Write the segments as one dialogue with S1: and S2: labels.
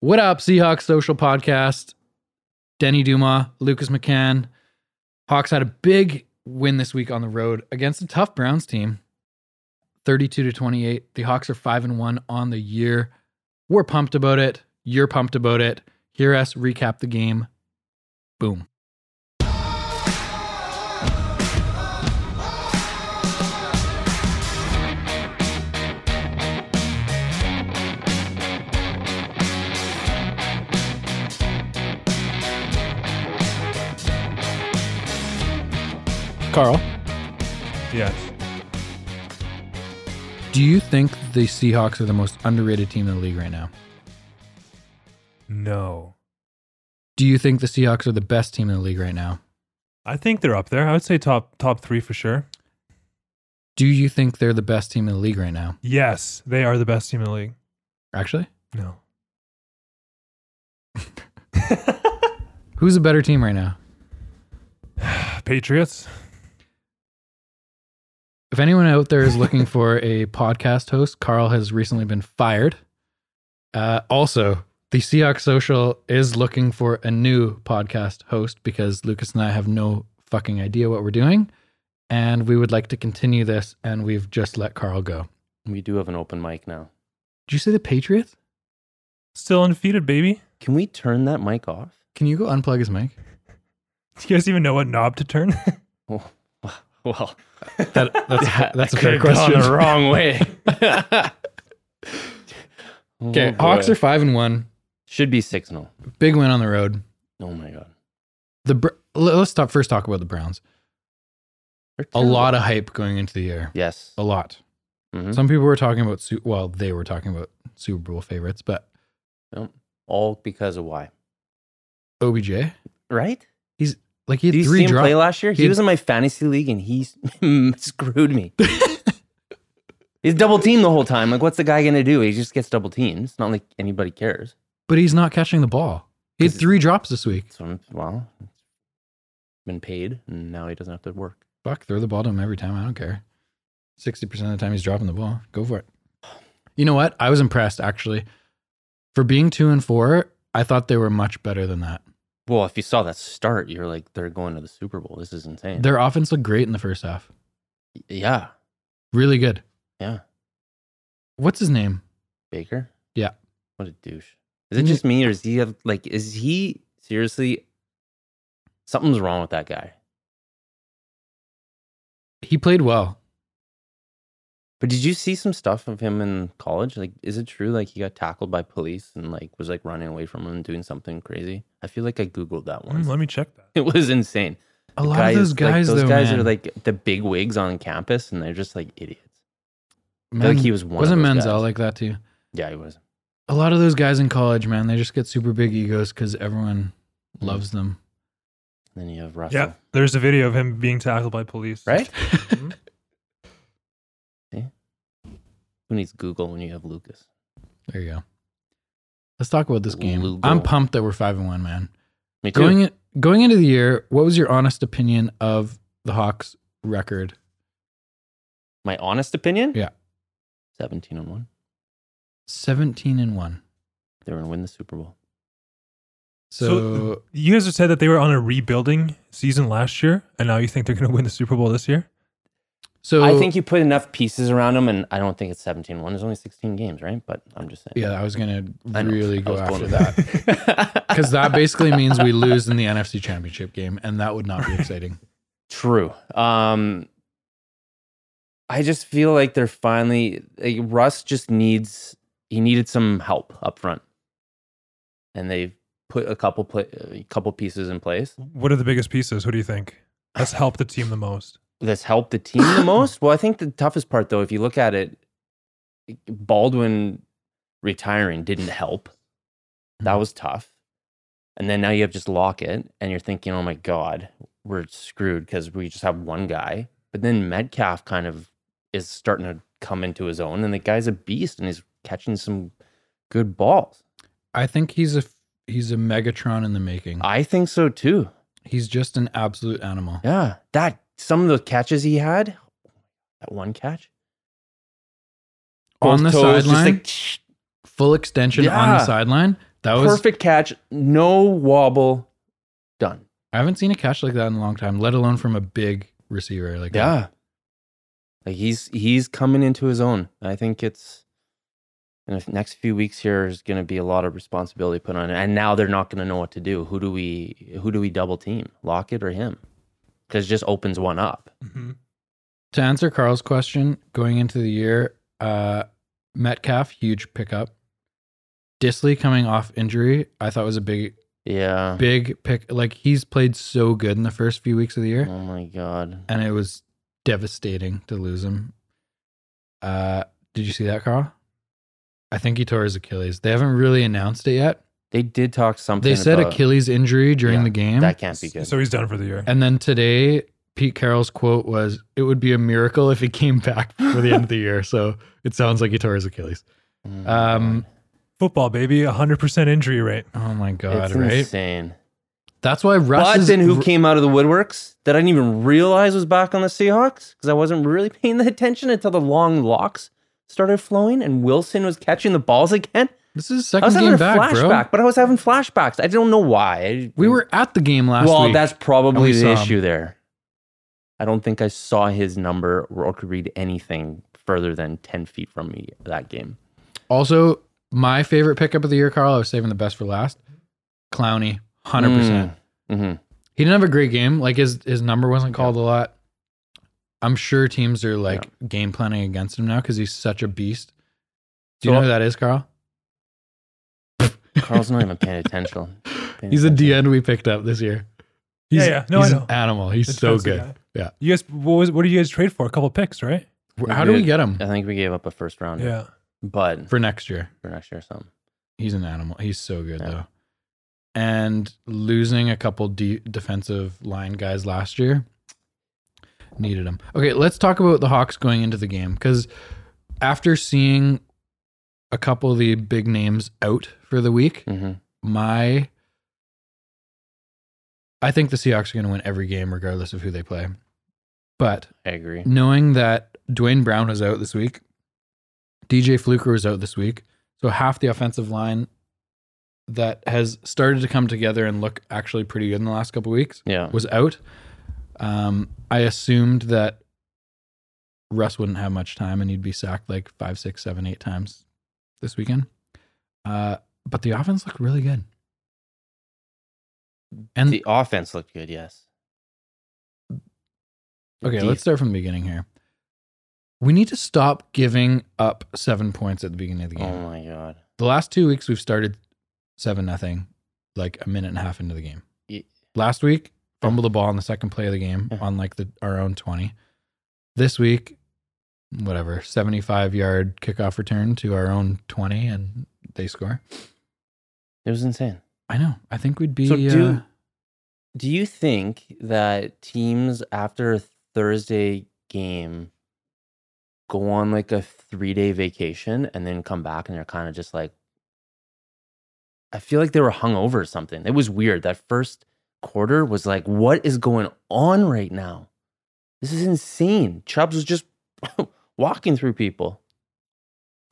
S1: What up, Seahawks Social Podcast? Denny Dumas, Lucas McCann. Hawks had a big win this week on the road against a tough Browns team, 32 to 28. The Hawks are 5 and 1 on the year. We're pumped about it. You're pumped about it. Hear us recap the game. Boom. Carl,
S2: Yes.
S1: do you think the Seahawks are the most underrated team in the league right now?
S2: No.
S1: Do you think the Seahawks are the best team in the league right now?
S2: I think they're up there. I would say top top three for sure.
S1: Do you think they're the best team in the league right now?
S2: Yes, they are the best team in the league.
S1: Actually,
S2: No.
S1: who's a better team right now?
S2: Patriots.
S1: If anyone out there is looking for a podcast host, Carl has recently been fired. Uh, also, the Seahawks Social is looking for a new podcast host because Lucas and I have no fucking idea what we're doing. And we would like to continue this, and we've just let Carl go.
S3: We do have an open mic now.
S1: Did you say the Patriots?
S2: Still undefeated, baby.
S3: Can we turn that mic off?
S1: Can you go unplug his mic?
S2: Do you guys even know what knob to turn?
S3: Well,
S1: That, that's,
S3: that
S1: that's a
S3: could
S1: fair
S3: have gone
S1: question.
S3: the wrong way.
S1: Okay,
S3: Oh,
S1: Hawks
S3: boy.
S1: are five and one.
S3: should be six zero.
S1: Big win on the road.
S3: Oh my god,
S1: The Br- let- let's stop first talk about the Browns.
S3: They're
S1: A
S3: terrible.
S1: lot of hype going into the year.
S3: yes.
S1: A lot.
S3: Mhm.
S1: Some people were talking about Su- well, they were talking about Super Bowl favorites, but
S3: Yep. All because of why?
S1: OBJ,
S3: Right?
S1: like he had
S3: Did you see
S1: three
S3: him play
S1: drops.
S3: last year? He,
S1: He-
S3: was in my fantasy league and he screwed me. He's double teamed the whole time. Like, what's the guy gonna do? He just gets double teamed. It's not like anybody cares.
S1: but he's not catching the ball. He had
S3: Cause-
S1: three drops this week.
S3: So, I'm- well, been paid, and now he doesn't have to work.
S1: Fuck, throw the ball to him every time. I don't care. Sixty percent of the time he's dropping the ball. Go for it. You know what? I was impressed actually. For being two and four, I thought they were much better than that.
S3: Well, if you saw that start, you're like, they're going to the Super Bowl. This is insane.
S1: Their offense looked great in the first half.
S3: yeah,
S1: Really good.
S3: Yeah.
S1: What's his name?
S3: Baker.
S1: Yeah.
S3: What a douche. Is it
S1: Mhm.
S3: just me, or is he have like, is he seriously? Something's wrong with that guy.
S1: He played well.
S3: But did you see some stuff of him in college? Like, is it true? Like, he got tackled by police and like was like running away from him, doing something crazy. I feel like I googled that
S2: Mm,
S3: once.
S2: let me check that.
S3: It was insane.
S1: A
S3: The
S1: lot of those guys,
S3: like, those
S1: though,
S3: guys
S1: man.
S3: are like the big wigs on campus, and they're just like idiots. I
S1: Men-
S3: feel like he was one.
S1: wasn't
S3: of those
S1: Menzel
S3: guys.
S1: like that too?
S3: Yeah, he was.
S1: A lot of those guys in college, man, they just get super big egos because everyone
S3: Mm-hmm.
S1: loves them.
S3: Then you have Russell.
S2: Yeah, there's a video of him being tackled by police.
S3: Right?
S2: Mhm.
S3: Who needs Google when you have Lucas?
S1: There you go. Let's talk about this game.
S3: Lugo.
S1: I'm pumped that we're five and one, man.
S3: Me too.
S1: Going going into the year, what was your honest opinion of the Hawks' record?
S3: My honest opinion?
S1: Yeah.
S3: 17 and 1.
S1: Seventeen and one.
S3: They're going to win the Super Bowl.
S1: So,
S2: You guys have said that they were on a rebuilding season last year, and now you think they're going to win the Super Bowl this year?
S1: so
S3: I think you put enough pieces around them, and I don't think it's 17 1. There's only 16 games, right? But I'm just saying.
S1: yeah, I was gonna
S3: I know.
S1: really
S3: I
S1: go
S3: was going
S1: after
S3: with
S1: that
S3: that.
S1: because that basically means we lose in the NFC Championship game, and that would not be exciting.
S3: True. Um, I just feel like they're finally. Like Russ just needs. He needed some help up front, and they've put a couple pla a couple pieces in place.
S2: What are the biggest pieces? Who do you think has helped the team the most?
S3: that's helped the team the most? Well, I think the toughest part, though, if you look at it, Baldwin retiring didn't help. That
S1: Mhm.
S3: was tough. And then now you have just Lockett, and you're thinking, oh my God, we're screwed because we just have one guy. But then Metcalf kind of is starting to come into his own, and the guy's a beast and he's catching some good balls.
S1: I think he's a he's a Megatron in the making.
S3: I think so too.
S1: He's just an absolute animal.
S3: Yeah. That some of the catches he had, that one catch
S1: On the
S3: Both toes just
S1: sideline,
S3: like,
S1: full extension on the
S3: Yeah.
S1: sideline. That was
S3: perfect catch, no wobble, done.
S1: I haven't seen a catch like that in a long time, let alone from a big receiver like that.
S3: Yeah. Like he's he's coming into his own. I think it's in the next few weeks here is going to be a lot of responsibility put on it. And now they're not going to know what to do. Who do we who do we double team? Lockett or him? Cuz just opens one up.
S2: Mhm.
S1: To answer Carl's question, going into the year, uh, Metcalf huge pickup. Disley coming off injury, I thought was a big
S3: Yeah.
S1: big pick. Like he's played so good in the first few weeks of the year.
S3: Oh my god.
S1: and it was devastating to lose him. Uh, did you see that, Carl? I think he tore his Achilles. They haven't really announced it yet.
S3: They did talk something
S1: They said
S3: about,
S1: Achilles injury during
S3: Yeah,
S1: the game.
S3: That can't be good.
S2: So he's done for the year.
S1: and then today, Pete Carroll's quote was, It would be a miracle if he came back for the end of the year. So it sounds like he tore his Achilles.
S3: Oh my
S1: Um,
S2: Football, baby, 100% injury rate.
S1: Oh my
S3: God.
S1: God,
S3: it's
S1: right?
S3: insane.
S1: That's why Russ
S3: But
S1: is-
S3: then who came out of the woodworks that I didn't even realize was back on the Seahawks because I wasn't really paying the attention until the long locks started flowing and Wilson was catching the balls again.
S1: This is his
S3: I was
S1: second
S3: having
S1: game
S3: a
S1: back, bro.
S3: flashback, but I was having flashbacks. I don't know why. I-
S1: We were at the game last
S3: well,
S1: week.
S3: that's probably
S1: and we
S3: the
S1: saw him.
S3: issue there. I don't think I saw his number or could read anything further than 10 feet from me that game.
S1: Also, my favorite pickup of the year, Carl, I was saving the best for last. Clowney, 100%.
S3: Mm-hmm.
S1: He didn't have a great game. Like his his number wasn't called a lot. I'm sure teams are like game planning against him now because he's such a beast. Do you
S3: So-
S1: know who that is, Carl?
S3: Carl's not even paying attention. Paying
S1: He's a
S3: attention.
S1: DN we picked up this year. He's,
S2: Yeah, yeah. No, I
S1: he's
S2: know.
S1: an animal. He's so
S2: Defensive
S1: good.
S2: guy.
S1: Yeah.
S2: You guys, what was? What did you guys trade for? A couple picks, right?
S3: We're
S1: How do we
S3: good.
S1: get him
S3: I think we gave up a first round,
S2: Yeah.
S3: but
S1: for next year?
S3: for next year or something.
S1: He's an animal. He's so good
S3: Yeah.
S1: though. And losing a couple de- defensive line guys last year needed him. Okay, let's talk about the Hawks going into the game because after seeing a couple of the big names out for the week,
S3: hmm
S1: my I think the Seahawks are going to win every game regardless of who they play. But
S3: I agree.
S1: knowing that Dwayne Brown was out this week, DJ Fluker was out this week, so half the offensive line that has started to come together and look actually pretty good in the last couple weeks
S3: Yeah.
S1: was out. Um, I assumed that Russ wouldn't have much time and he'd be sacked like five, six, seven, eight times this weekend. Uh, but the offense looked really good. And
S3: the offense looked good, yes. The
S1: Okay,
S3: def-
S1: let's start from the beginning here. We need to stop giving up seven points at the beginning of the game.
S3: Oh my god.
S1: The last two weeks we've started seven nothing, like a minute and a half into the game.
S3: Ye-
S1: Last week, fumbled the ball on the second play of the game
S3: Yeah.
S1: on like the our own twenty. This week, whatever, seventy five yard kickoff return to our own twenty and they score.
S3: It was insane.
S1: I know. I think we'd be
S3: So do-
S1: uh,
S3: Do you think that teams after a Thursday game go on like a three day vacation and then come back and they're kind of just like, I feel like they were hung over or something. It was weird. That first quarter was like, what is going on right now? This is insane. Chubbs was just walking through people.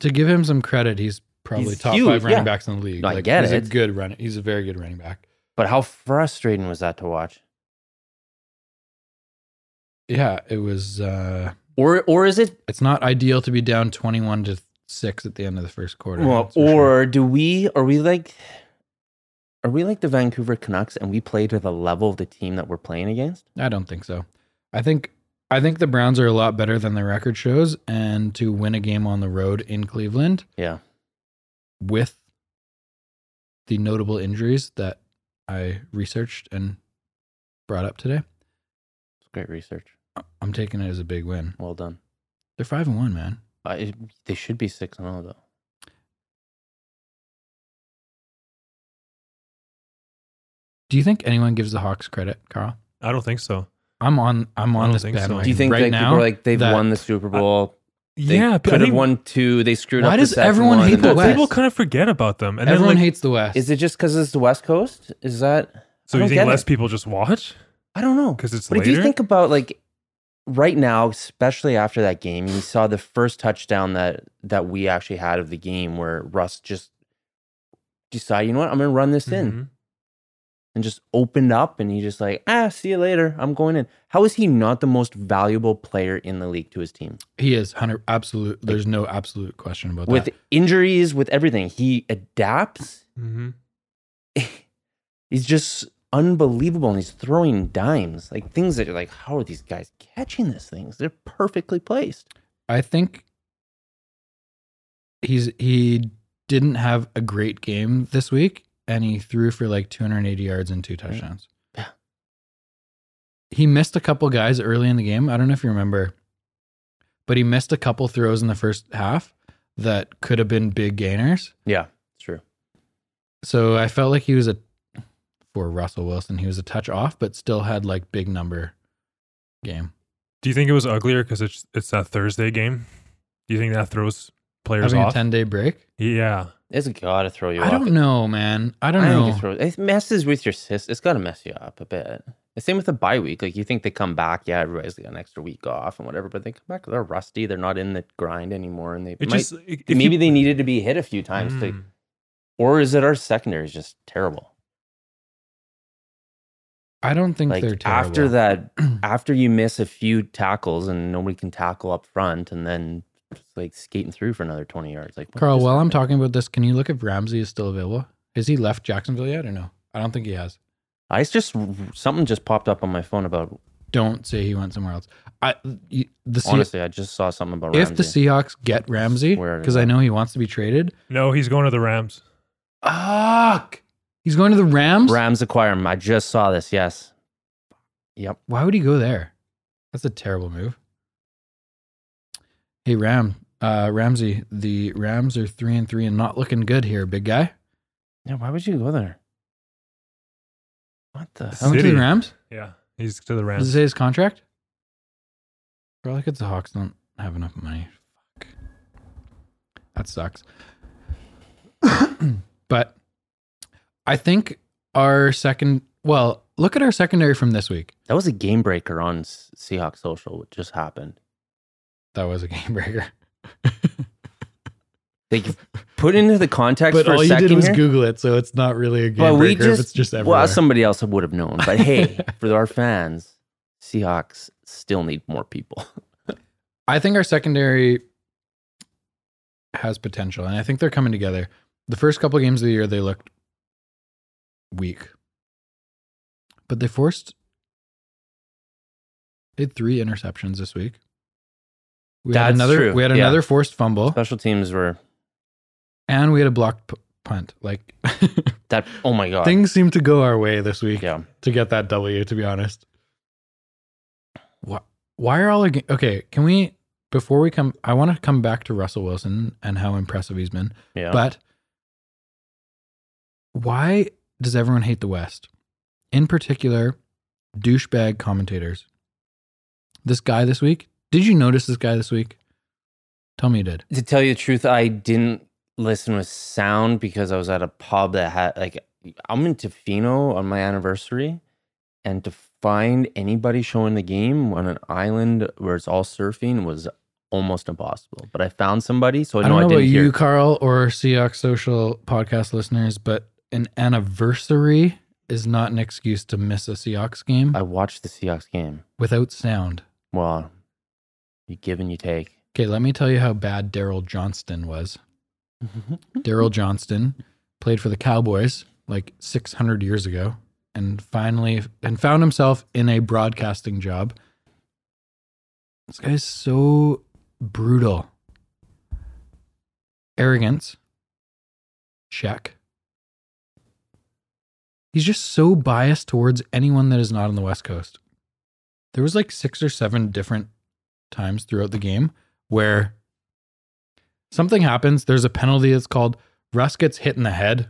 S1: to give him some credit, he's probably
S3: He's
S1: top
S3: huge,
S1: five running
S3: yeah.
S1: backs in the league.
S3: No, I get
S1: he's a
S3: it.
S1: good run he's a very good running back.
S3: But how frustrating was that to watch?
S1: yeah it was uh
S3: Or or is it
S1: it's not ideal to be down 21 to 6 at the end of the first quarter
S3: Well,
S1: that's for sure.
S3: or do we? Are we like? Are we like the Vancouver Canucks and we play to the level of the team that we're playing against?
S1: i don't think so i think i think the browns are a lot better than the record shows and to win a game on the road in cleveland
S3: Yeah.
S1: with the notable injuries that i researched and brought up today
S3: It's great research.
S1: i'm taking it as a big win
S3: Well done.
S1: they're 5 and 1 man
S3: Uh, it, they should be six and zero though.
S1: do you think anyone gives the hawks credit carl
S2: I don't think so.
S1: i'm on i'm
S2: I
S1: on
S2: don't
S1: this
S2: think so.
S1: bandwagon
S3: Do you think
S1: right
S3: like
S1: now
S3: people are like they've
S1: that-
S3: won the Super Bowl? they
S2: yeah, but I
S3: could have
S2: think
S3: won two. They screwed
S1: Why
S3: up. the
S1: does
S3: second
S1: everyone
S3: one,
S1: hate
S3: and
S1: the
S2: People,
S3: that's
S1: West?
S3: it.
S2: people kind of forget about them, and
S1: everyone
S2: then like,
S1: hates the west
S3: Is it just because it's the West Coast? Is that?
S2: so
S3: I
S2: you
S3: don't
S2: think
S3: get
S2: less
S3: it.
S2: people just watch
S3: I don't know.
S2: because it's
S3: But if
S2: later.
S3: you think about like right now, especially after that game, you saw the first touchdown that that we actually had of the game where Russ just decide, you know what, I'm gonna run this in
S2: Mhm.
S3: and just opened up and he just like, ah, see you later. I'm going in. How is he not the most valuable player in the league to his team?
S1: He is hundred absolute. There's no absolute question about
S3: With
S1: that.
S3: injuries, with everything. He adapts.
S2: Mhm.
S3: he's just unbelievable and he's throwing dimes. Like things that you're like, how are these guys catching these things? They're perfectly placed.
S1: I think he's he didn't have a great game this week, and he threw for like 280 yards and two touchdowns.
S3: Yeah.
S1: He missed a couple guys early in the game. I don't know if you remember, but he missed a couple throws in the first half that could have been big gainers.
S3: Yeah, it's true.
S1: So I felt like he was a for Russell Wilson, he was a touch off, but still had like big number game.
S2: Do you think it was uglier because it's it's that Thursday game? Do you think that throws players
S1: Having
S2: off?
S1: a 10 day break.
S2: yeah.
S3: It's gotta throw
S1: I
S3: you off.
S1: don't know, man. I don't
S3: I
S1: know.
S3: think it, throws, it messes with your system. It's gotta mess you up a bit. The same with the bye week. Like you think they come back, yeah, everybody's got an extra week off and whatever, but they come back, they're rusty, they're not in the grind anymore, and they
S2: It
S3: might,
S2: just if you-
S3: maybe they needed to be hit a few times to
S2: Mm.
S3: or is it our secondary is just terrible?
S1: I don't think
S3: Like
S1: they're terrible.
S3: after that, after you miss a few tackles and nobody can tackle up front, and then just like skating through for another twenty yards. Like what
S1: Carl,
S3: just
S1: while I'm
S3: happened?
S1: talking about this, can you look if Ramsey is still available? Has he left Jacksonville yet or no? I don't think he has.
S3: I just something just popped up on my phone about.
S1: Don't say he went somewhere else. I you- the Se-
S3: honestly, I just saw something about
S1: if the
S3: Ramsey.
S1: Seahawks get Ramsey
S3: Swear to
S1: because I
S3: God.
S1: know he wants to be traded.
S2: No, he's going to the Rams.
S1: Fuck. He's going to the Rams.
S3: Rams acquire him. I just saw this. Yes. Yep.
S1: Why would he go there? That's a terrible move. Hey Ram, uh, Ramsey, the Rams are three and three and not looking good here, big guy.
S3: Yeah. Why would you go there? What the
S1: I
S3: hell?
S1: went to the
S2: City.
S1: Rams.
S2: Yeah, he's to the
S1: Does it
S2: Rams.
S1: say his contract? Probably because the Hawks don't have enough money. Fuck. That sucks. but I think our second, well, look at our secondary from this week.
S3: That was a game breaker on S- Seahawks social. What just happened?
S1: That was a game breaker.
S3: They put into the context
S1: but
S3: for
S1: all
S3: a
S1: you
S3: second
S1: did was
S3: here.
S1: Google it, so it's not really a game
S3: But we
S1: breaker if
S3: just-
S1: it's just everywhere.
S3: Well, somebody else would have known. But hey, for our fans, Seahawks still need more people.
S1: I think our secondary has potential, and I think they're coming together. The first couple of games of the year, they looked weak, but they forced they had three interceptions this week. We had
S3: That's
S1: another.
S3: true,
S1: We had
S3: yeah.
S1: another forced fumble,
S3: Special teams were
S1: and we had a blocked p- punt. Like
S3: that. Oh my god.
S1: things seem to go our way this week
S3: yeah.
S1: to get that W. To be honest, why, why are all our ga- okay? Can we before we come? I want to come back to Russell Wilson and how impressive he's been.
S3: Yeah.
S1: But why does everyone hate the West? In particular, douchebag commentators. This guy this week. Did you notice this guy this week? Tell me you did.
S3: to tell you the truth, I didn't listen with sound because I was at a pub that had like I'm in Tofino on my anniversary, and to find anybody showing the game on an island where it's all surfing was almost impossible. But I found somebody, so I,
S1: I don't
S3: know I
S1: know about
S3: didn't hear.
S1: you, Carl, or Seahawks social podcast listeners, but an anniversary is not an excuse to miss a Seahawks game
S3: I watched the Seahawks game.
S1: without sound.
S3: Well, you give and you take.
S1: Okay, let me tell you how bad Daryl Johnston was.
S3: Oh
S1: Daryl Johnston played for the Cowboys like 600 years ago and finally and found himself in a broadcasting job. This guy's so brutal. Arrogance. Check. He's just so biased towards anyone that is not on the West Coast. There was like 6 or 7 different times throughout the game where something happens. There's a penalty that's called. Russ gets hit in the head,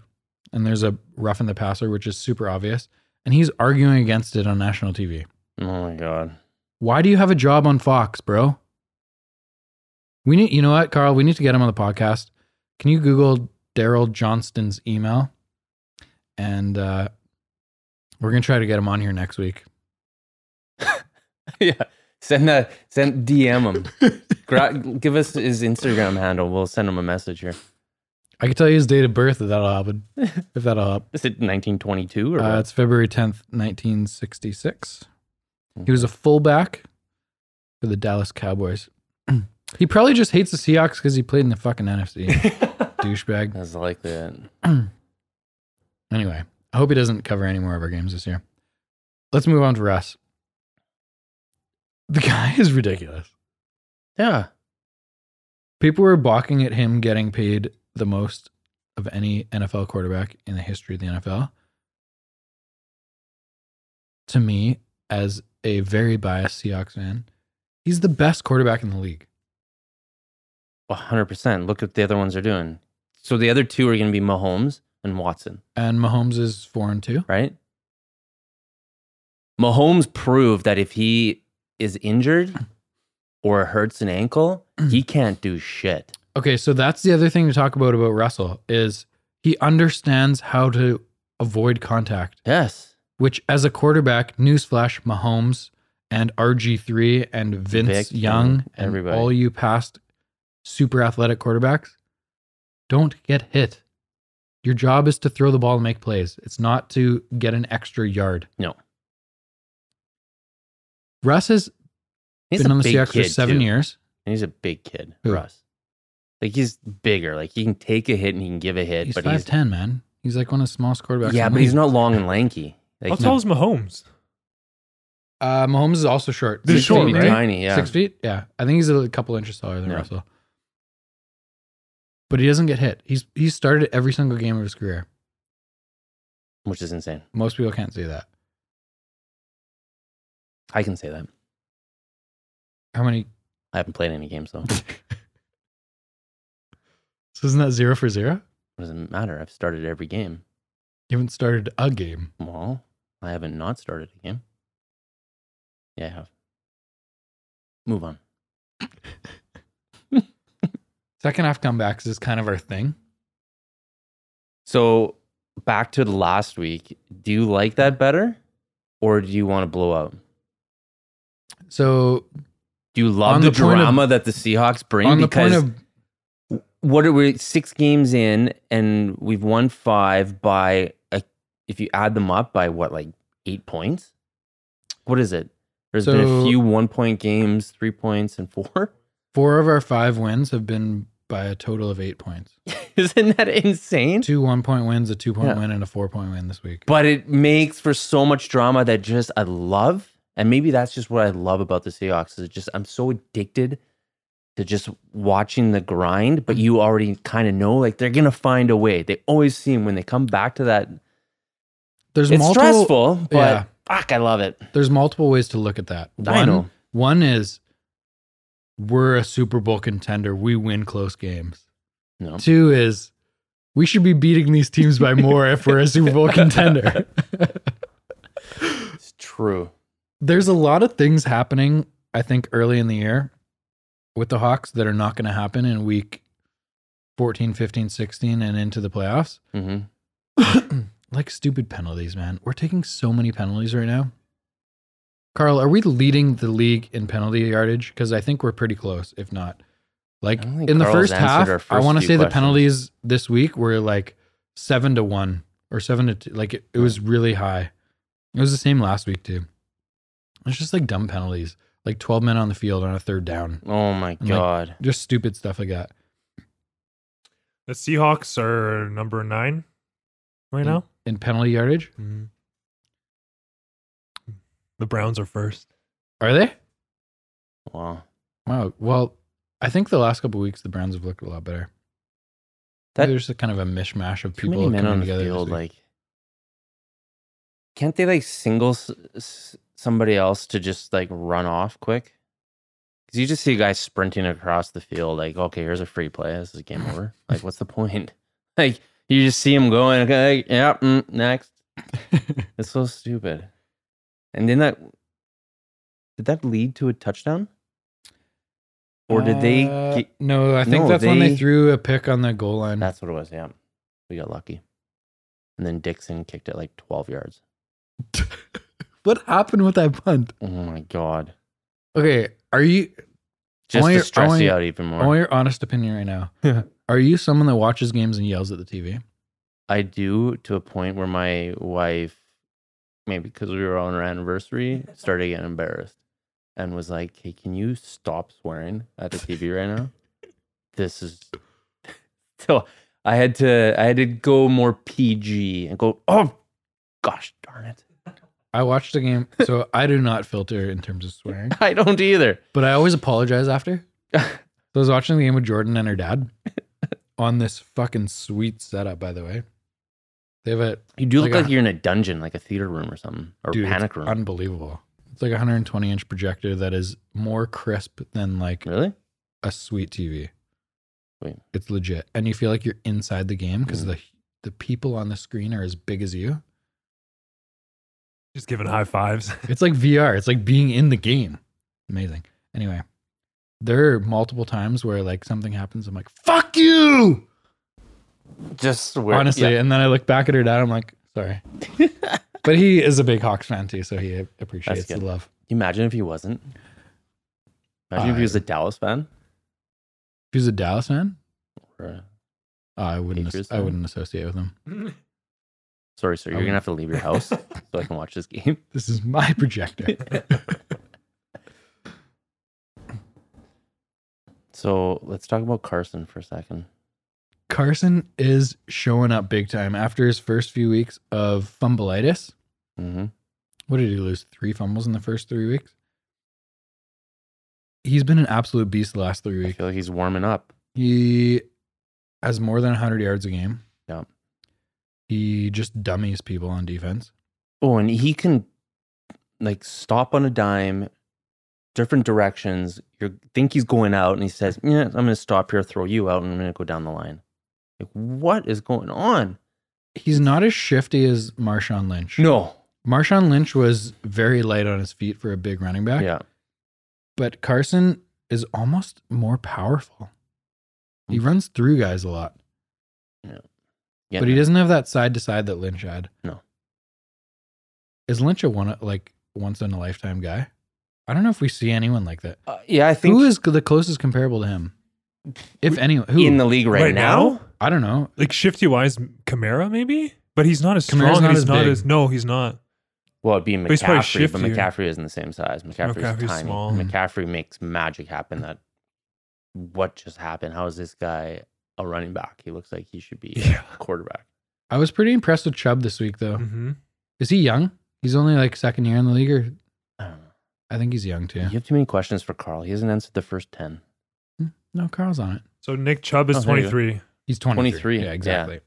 S1: and there's a rough in the passer, which is super obvious. And he's arguing against it on national TV.
S3: Oh my god.
S1: Why do you have a job on Fox, bro? We need, you know what, Carl? We need to get him on the podcast. Can you Google Daryl Johnston's email? And uh, we're gonna try to get him on here next week.
S3: yeah. Send that. Send DM him. Gra- give us his Instagram handle. We'll send him a message here.
S1: I can tell you his date of birth if that'll happen. if that'll help.
S3: Is it 1922 or
S1: Uh,
S3: what?
S1: it's February 10th, 1966. He was a fullback for the Dallas Cowboys. he probably just hates the Seahawks because he played in the fucking NFC. Douchebag.
S3: That's like that.
S1: Anyway, I hope he doesn't cover any more of our games this year. Let's move on to Russ. The guy is ridiculous.
S3: Yeah.
S1: People were balking at him getting paid the most of any NFL quarterback in the history of the NFL. To me, as a very biased Seahawks fan, he's the best quarterback in the league.
S3: 100%. Look at the other ones are doing. So the other two are going to be Mahomes and Watson,
S1: And Mahomes is four and two.
S3: right? Mahomes proved that if he is injured or hurts an ankle, he can't do shit.
S1: Okay, so that's the other thing to talk about about Russell is he understands how to avoid contact,
S3: Yes.
S1: which as a quarterback, newsflash, Mahomes and RG3 and Vince
S3: Vic
S1: Young
S3: and
S1: and
S3: everybody.
S1: all you past super athletic quarterbacks, don't get hit. Your job is to throw the ball and make plays. It's not to get an extra yard.
S3: No.
S1: Russ has
S3: He's
S1: been
S3: a
S1: on the
S3: big
S1: Seahawks for
S3: kid,
S1: seven
S3: too.
S1: years.
S3: And he's a big kid,
S1: Who?
S3: Russ. Like he's bigger. Like he can take a hit and he can give a hit,
S1: He's
S3: but
S1: five
S3: he's
S1: ten, man. He's like one of the smallest quarterbacks.
S3: yeah,
S1: in the
S3: but he's
S1: league.
S3: not long and lanky. Like
S2: How tall is Mahomes?
S1: Uh, Mahomes is also short.
S2: They're
S1: Six
S2: short,
S1: feet,
S2: right?
S3: tiny. Yeah,
S1: Six feet? Yeah. I think he's a couple inches taller than
S3: Yeah.
S1: Russell. But he doesn't get hit. He's he's started every single game of his career.
S3: which is insane.
S1: Most people can't say that.
S3: I can say that.
S1: How many?
S3: I haven't played any games though.
S1: So isn't that zero for zero?
S3: It doesn't matter. I've started every game.
S1: You haven't started a game.
S3: Well, I haven't not started a game. Yeah, I have. Move on.
S1: Second half comebacks is kind of our thing.
S3: So back to the last week. Do you like that better, or do you want to blow out?
S1: So
S3: Do you love
S1: On
S3: the,
S1: the point of-
S3: drama that the Seahawks bring?
S1: on the
S3: because
S1: point of
S3: what are we six games in, and we've won five by a, if you add them up by what like eight points. What is it? There's been a
S1: So-
S3: few one point games, three points, and four.
S1: four of our five wins have been by a total of eight points.
S3: Isn't that insane?
S1: Two one point wins, a two point
S3: Yeah.
S1: win, and a four point win this week.
S3: But it makes for so much drama that just I love. And maybe that's just what I love about the Seahawks is just I'm so addicted to just watching the grind, but you already kind of know like they're gonna find a way. They always seem when they come back to that.
S1: There's
S3: It's
S1: multiple
S3: stressful, but
S1: yeah.
S3: fuck, I love it.
S1: there's multiple ways to look at that. One,
S3: I know.
S1: One is we're a Super Bowl contender. We win close games.
S3: No.
S1: Two is we should be beating these teams by more if we're a Super Bowl contender.
S3: It's true.
S1: There's a lot of things happening, I think, early in the year with the Hawks that are not going to happen in week 14, 15, 16, and into the playoffs.
S3: hmm
S1: like stupid penalties, man. We're taking so many penalties right now. Carl, are we leading the league in penalty yardage? Because I think we're pretty close, if not. Like
S3: I don't think
S1: in the
S3: Carl's
S1: first
S3: answered
S1: half,
S3: our
S1: I
S3: first
S1: want to
S3: few
S1: say the
S3: questions.
S1: penalties this week were like seven to one or seven to two. Like it, it was really high. It was the same last week too. It's just like dumb penalties, like twelve men on the field on a third down,
S3: Oh my
S1: like-
S3: god.
S1: just stupid stuff like that.
S2: The Seahawks are number nine right
S3: Mm.
S2: now.
S1: In penalty yardage,
S2: Mhm. The Browns are first.
S1: are they?
S3: Wow.
S1: Wow. Well, I think the last couple of weeks the Browns have looked a lot better.
S3: That-
S1: Maybe there's a kind of a mishmash of
S3: Too
S1: people
S3: many men
S1: coming
S3: on the
S1: together. this
S3: field.
S1: week.
S3: Like, can't they like single s- s- somebody else to just like run off quick? Because you just see guys sprinting across the field. Like, okay, here's a free play. This is game over. Like, what's the point? Like, you just see them going. Okay, like, yeah, mm, next. it's so stupid. And then that did that lead to a touchdown, or did they?
S1: Uh,
S3: Get,
S1: no, I think
S3: No,
S1: that's when they
S3: they-
S1: threw a pick on the goal line.
S3: that's what it was. Yeah, we got lucky. And then Dixon kicked it like twelve yards.
S1: what happened with that punt?
S3: Oh my god!
S1: Okay, are you? I
S3: Just
S1: want
S3: to
S1: your- I
S3: stress
S1: want
S3: you
S1: your-
S3: out even
S1: I want
S3: more.
S1: your honest opinion right now. Are you someone that watches games and yells at the TV?
S3: I do to a point where my wife, maybe because we were on our anniversary, started getting embarrassed and was like, "Hey, can you stop swearing at the TV right now? This is." So I had to I had to go more PG and go, "Oh, gosh darn it,
S1: I watched the game, so I do not filter in terms of swearing,
S3: I don't either."
S1: but I always apologize after. so I was watching the game with Jordan and her dad on this fucking sweet setup, by the way. They have it
S3: You do look
S1: Like
S3: like,
S1: a-
S3: you're in a dungeon, like a theater room or something, or
S1: Dude, it's
S3: panic room.
S1: unbelievable. It's like a 120 inch projector that is more crisp than like
S3: really?
S1: a sweet TV.
S3: Sweet.
S1: It's legit, and you feel like you're inside the game because
S3: Mm.
S1: the the people on the screen are as big as you.
S2: Just giving high fives.
S1: It's like VR. It's like being in the game. Amazing. Anyway, there are multiple times where like something happens. I'm like, "Fuck you!"
S3: Just swear.
S1: Honestly,
S3: Yeah.
S1: and then I look back at her dad. I'm like, "Sorry," but he is a big Hawks fan too, so he appreciates the
S3: good.
S1: love.
S3: Can you imagine if he wasn't. Imagine if he was a Dallas fan.
S1: If he's a Dallas fan,
S3: Or-
S1: uh, I wouldn't. as-
S3: Patriots
S1: I
S3: fan?
S1: wouldn't associate with him.
S3: Sorry, sir. You're
S1: would-
S3: gonna have to leave your house so I can watch this game.
S1: This is my projector.
S3: So let's talk about Carson for a second.
S1: Carson is showing up big time after his first few weeks of fumbleitis.
S3: Mm-hmm.
S1: What did he lose? Three fumbles in the first three weeks. He's been an absolute beast the last three
S3: I
S1: weeks.
S3: feel like he's warming up.
S1: He has more than 100 yards a game.
S3: Yeah.
S1: He just dummies people on defense.
S3: Oh, and he can like stop on a dime, different directions. You think he's going out, and he says, "Yeah, I'm gonna stop here, throw you out, and I'm gonna go down the line." Like, what is going on?
S1: He's not as shifty as Marshawn Lynch.
S3: No.
S1: Marshawn Lynch was very light on his feet for a big running back,
S3: Yeah.
S1: but Carson is almost more powerful. He
S3: Mm.
S1: runs through guys a lot.
S3: yeah
S1: but he doesn't have that side to side that Lynch had.
S3: No.
S1: Is Lynch a one like once in a lifetime guy? I don't know if we see anyone like that.
S3: Uh, yeah, I think
S1: Who is the closest comparable to him? If anyone, who?
S3: in the league right,
S2: Right
S3: now?
S2: now?
S1: I don't know.
S2: like shifty wise, Kamara maybe, but he's not as
S1: Kamara's
S2: strong.
S1: not
S2: and he's
S1: as
S2: not
S1: big.
S2: as no, he's not.
S3: Well, it'd be
S2: But he's probably
S3: McCaffrey, but
S2: shiftier.
S3: McCaffrey isn't the same size. McCaffrey's,
S2: McCaffrey's
S3: tiny.
S2: small.
S1: Mhm.
S3: McCaffrey makes magic happen. That what just happened? How is this guy a running back? He looks like he should be
S2: Yeah.
S3: a quarterback.
S1: I was pretty impressed with Chubb this week, though.
S2: hmm
S1: Is he young? He's only like second year in the league, or
S3: I don't know.
S1: I think he's young too.
S3: You have too many questions for Carl. He hasn't answered the first ten.
S1: No, Carl's on it.
S2: So Nick Chubb is
S3: Oh, there you go.
S2: twenty three,
S1: He's 23.
S3: 23,
S1: Yeah,
S3: yeah.
S1: exactly.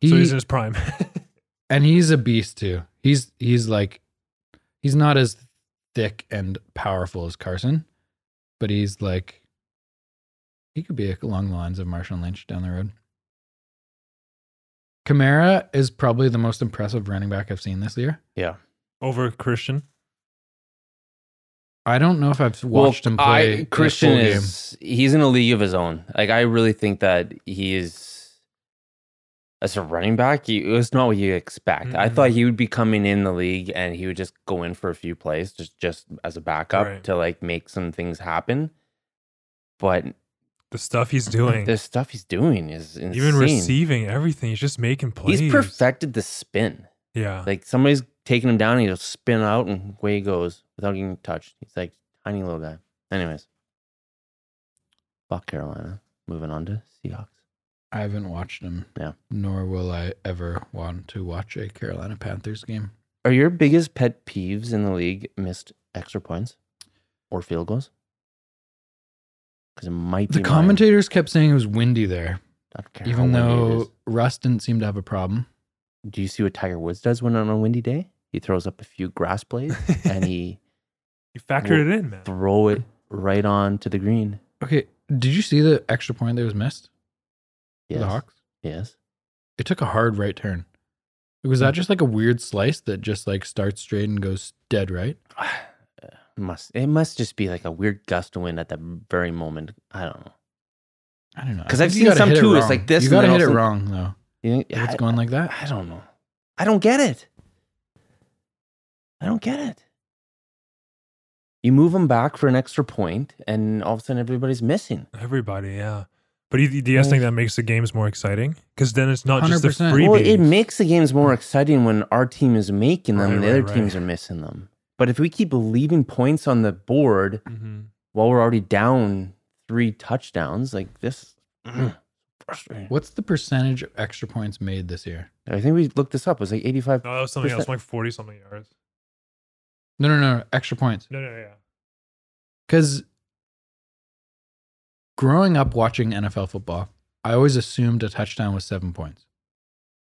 S1: He,
S2: so he's in his prime.
S1: and he's a beast too. He's he's like he's not as thick and powerful as Carson, but he's like he could be along the lines of Marshawn Lynch down the road. Kamara is probably the most impressive running back I've seen this year.
S2: Over Christian,
S1: I don't know if I've watched him play a
S3: Christian
S1: full
S3: is he's in a league of his own. Like I really think that he is as a running back. He, it's not what you expect. I
S2: Mm-mm.
S1: Mm-hmm.
S3: thought he would be coming in the league and he would just go in for a few plays, just just as a backup
S2: Right.
S3: to like make some things happen. But
S2: the stuff he's doing,
S3: the stuff he's doing is insane.
S2: even receiving everything, he's just making plays.
S3: he's perfected the spin.
S2: Yeah,
S3: Like somebody's taking him down, and he'll spin out and away he goes without getting touched. He's like tiny little guy. Anyways, fuck Carolina. Moving on to Seahawks.
S1: I haven't watched him.
S3: Yeah.
S1: Nor will I ever want to watch a Carolina Panthers game.
S3: Are your biggest pet peeves in the league missed extra points or field goals? Because it might
S1: The
S3: be mine.
S1: commentators kept saying it was windy there,
S3: I don't care how
S1: even
S3: windy it
S1: though Russ didn't seem to have a problem.
S3: is. do you see what Tiger Woods does when on a windy day? He throws up a few grass blades and he
S2: you factored it in, man.
S3: throw it right on to the green.
S1: Okay, did you see the extra point that was missed for
S3: Yes.
S1: the Hawks?
S3: Yes.
S1: It took a hard right turn. Was
S3: Hmm.
S1: that just like a weird slice that just like starts straight and goes dead right?
S3: must it must just be like a weird gust of wind at that very moment. I don't know.
S1: I don't know. I
S3: 'Cause
S1: think you
S3: I've seen
S1: gotta
S3: some
S1: hit it
S3: too, it's
S1: wrong.
S3: like this
S1: You
S3: and
S1: gotta
S3: then
S1: hit it
S3: also-
S1: wrong though.
S3: You
S1: If it's
S3: I-
S1: going like that.
S3: I don't know. I don't get it. I don't get it. You move them back for an extra point, and all of a sudden everybody's missing.
S2: Everybody, yeah. But you- do you guys think that makes the games more exciting? Because then it's not just the
S1: 100%.
S2: freebies.
S3: Well, it makes the games more exciting when our team is making them
S2: Right,
S3: and the
S2: right,
S3: other
S2: right.
S3: teams are missing them. But if we keep leaving points on the board
S2: Mhm.
S3: while we're already down three touchdowns, like this, mm, frustrating.
S1: What's the percentage of extra points made this year?
S3: I think we looked this up. It was like 85.
S1: Oh.
S2: No, that was something
S3: Percent-
S2: else, like forty something yards.
S1: No, no, no, no, extra points.
S2: No, no, yeah.
S1: Because growing up watching NFL football, I always assumed a touchdown was seven points.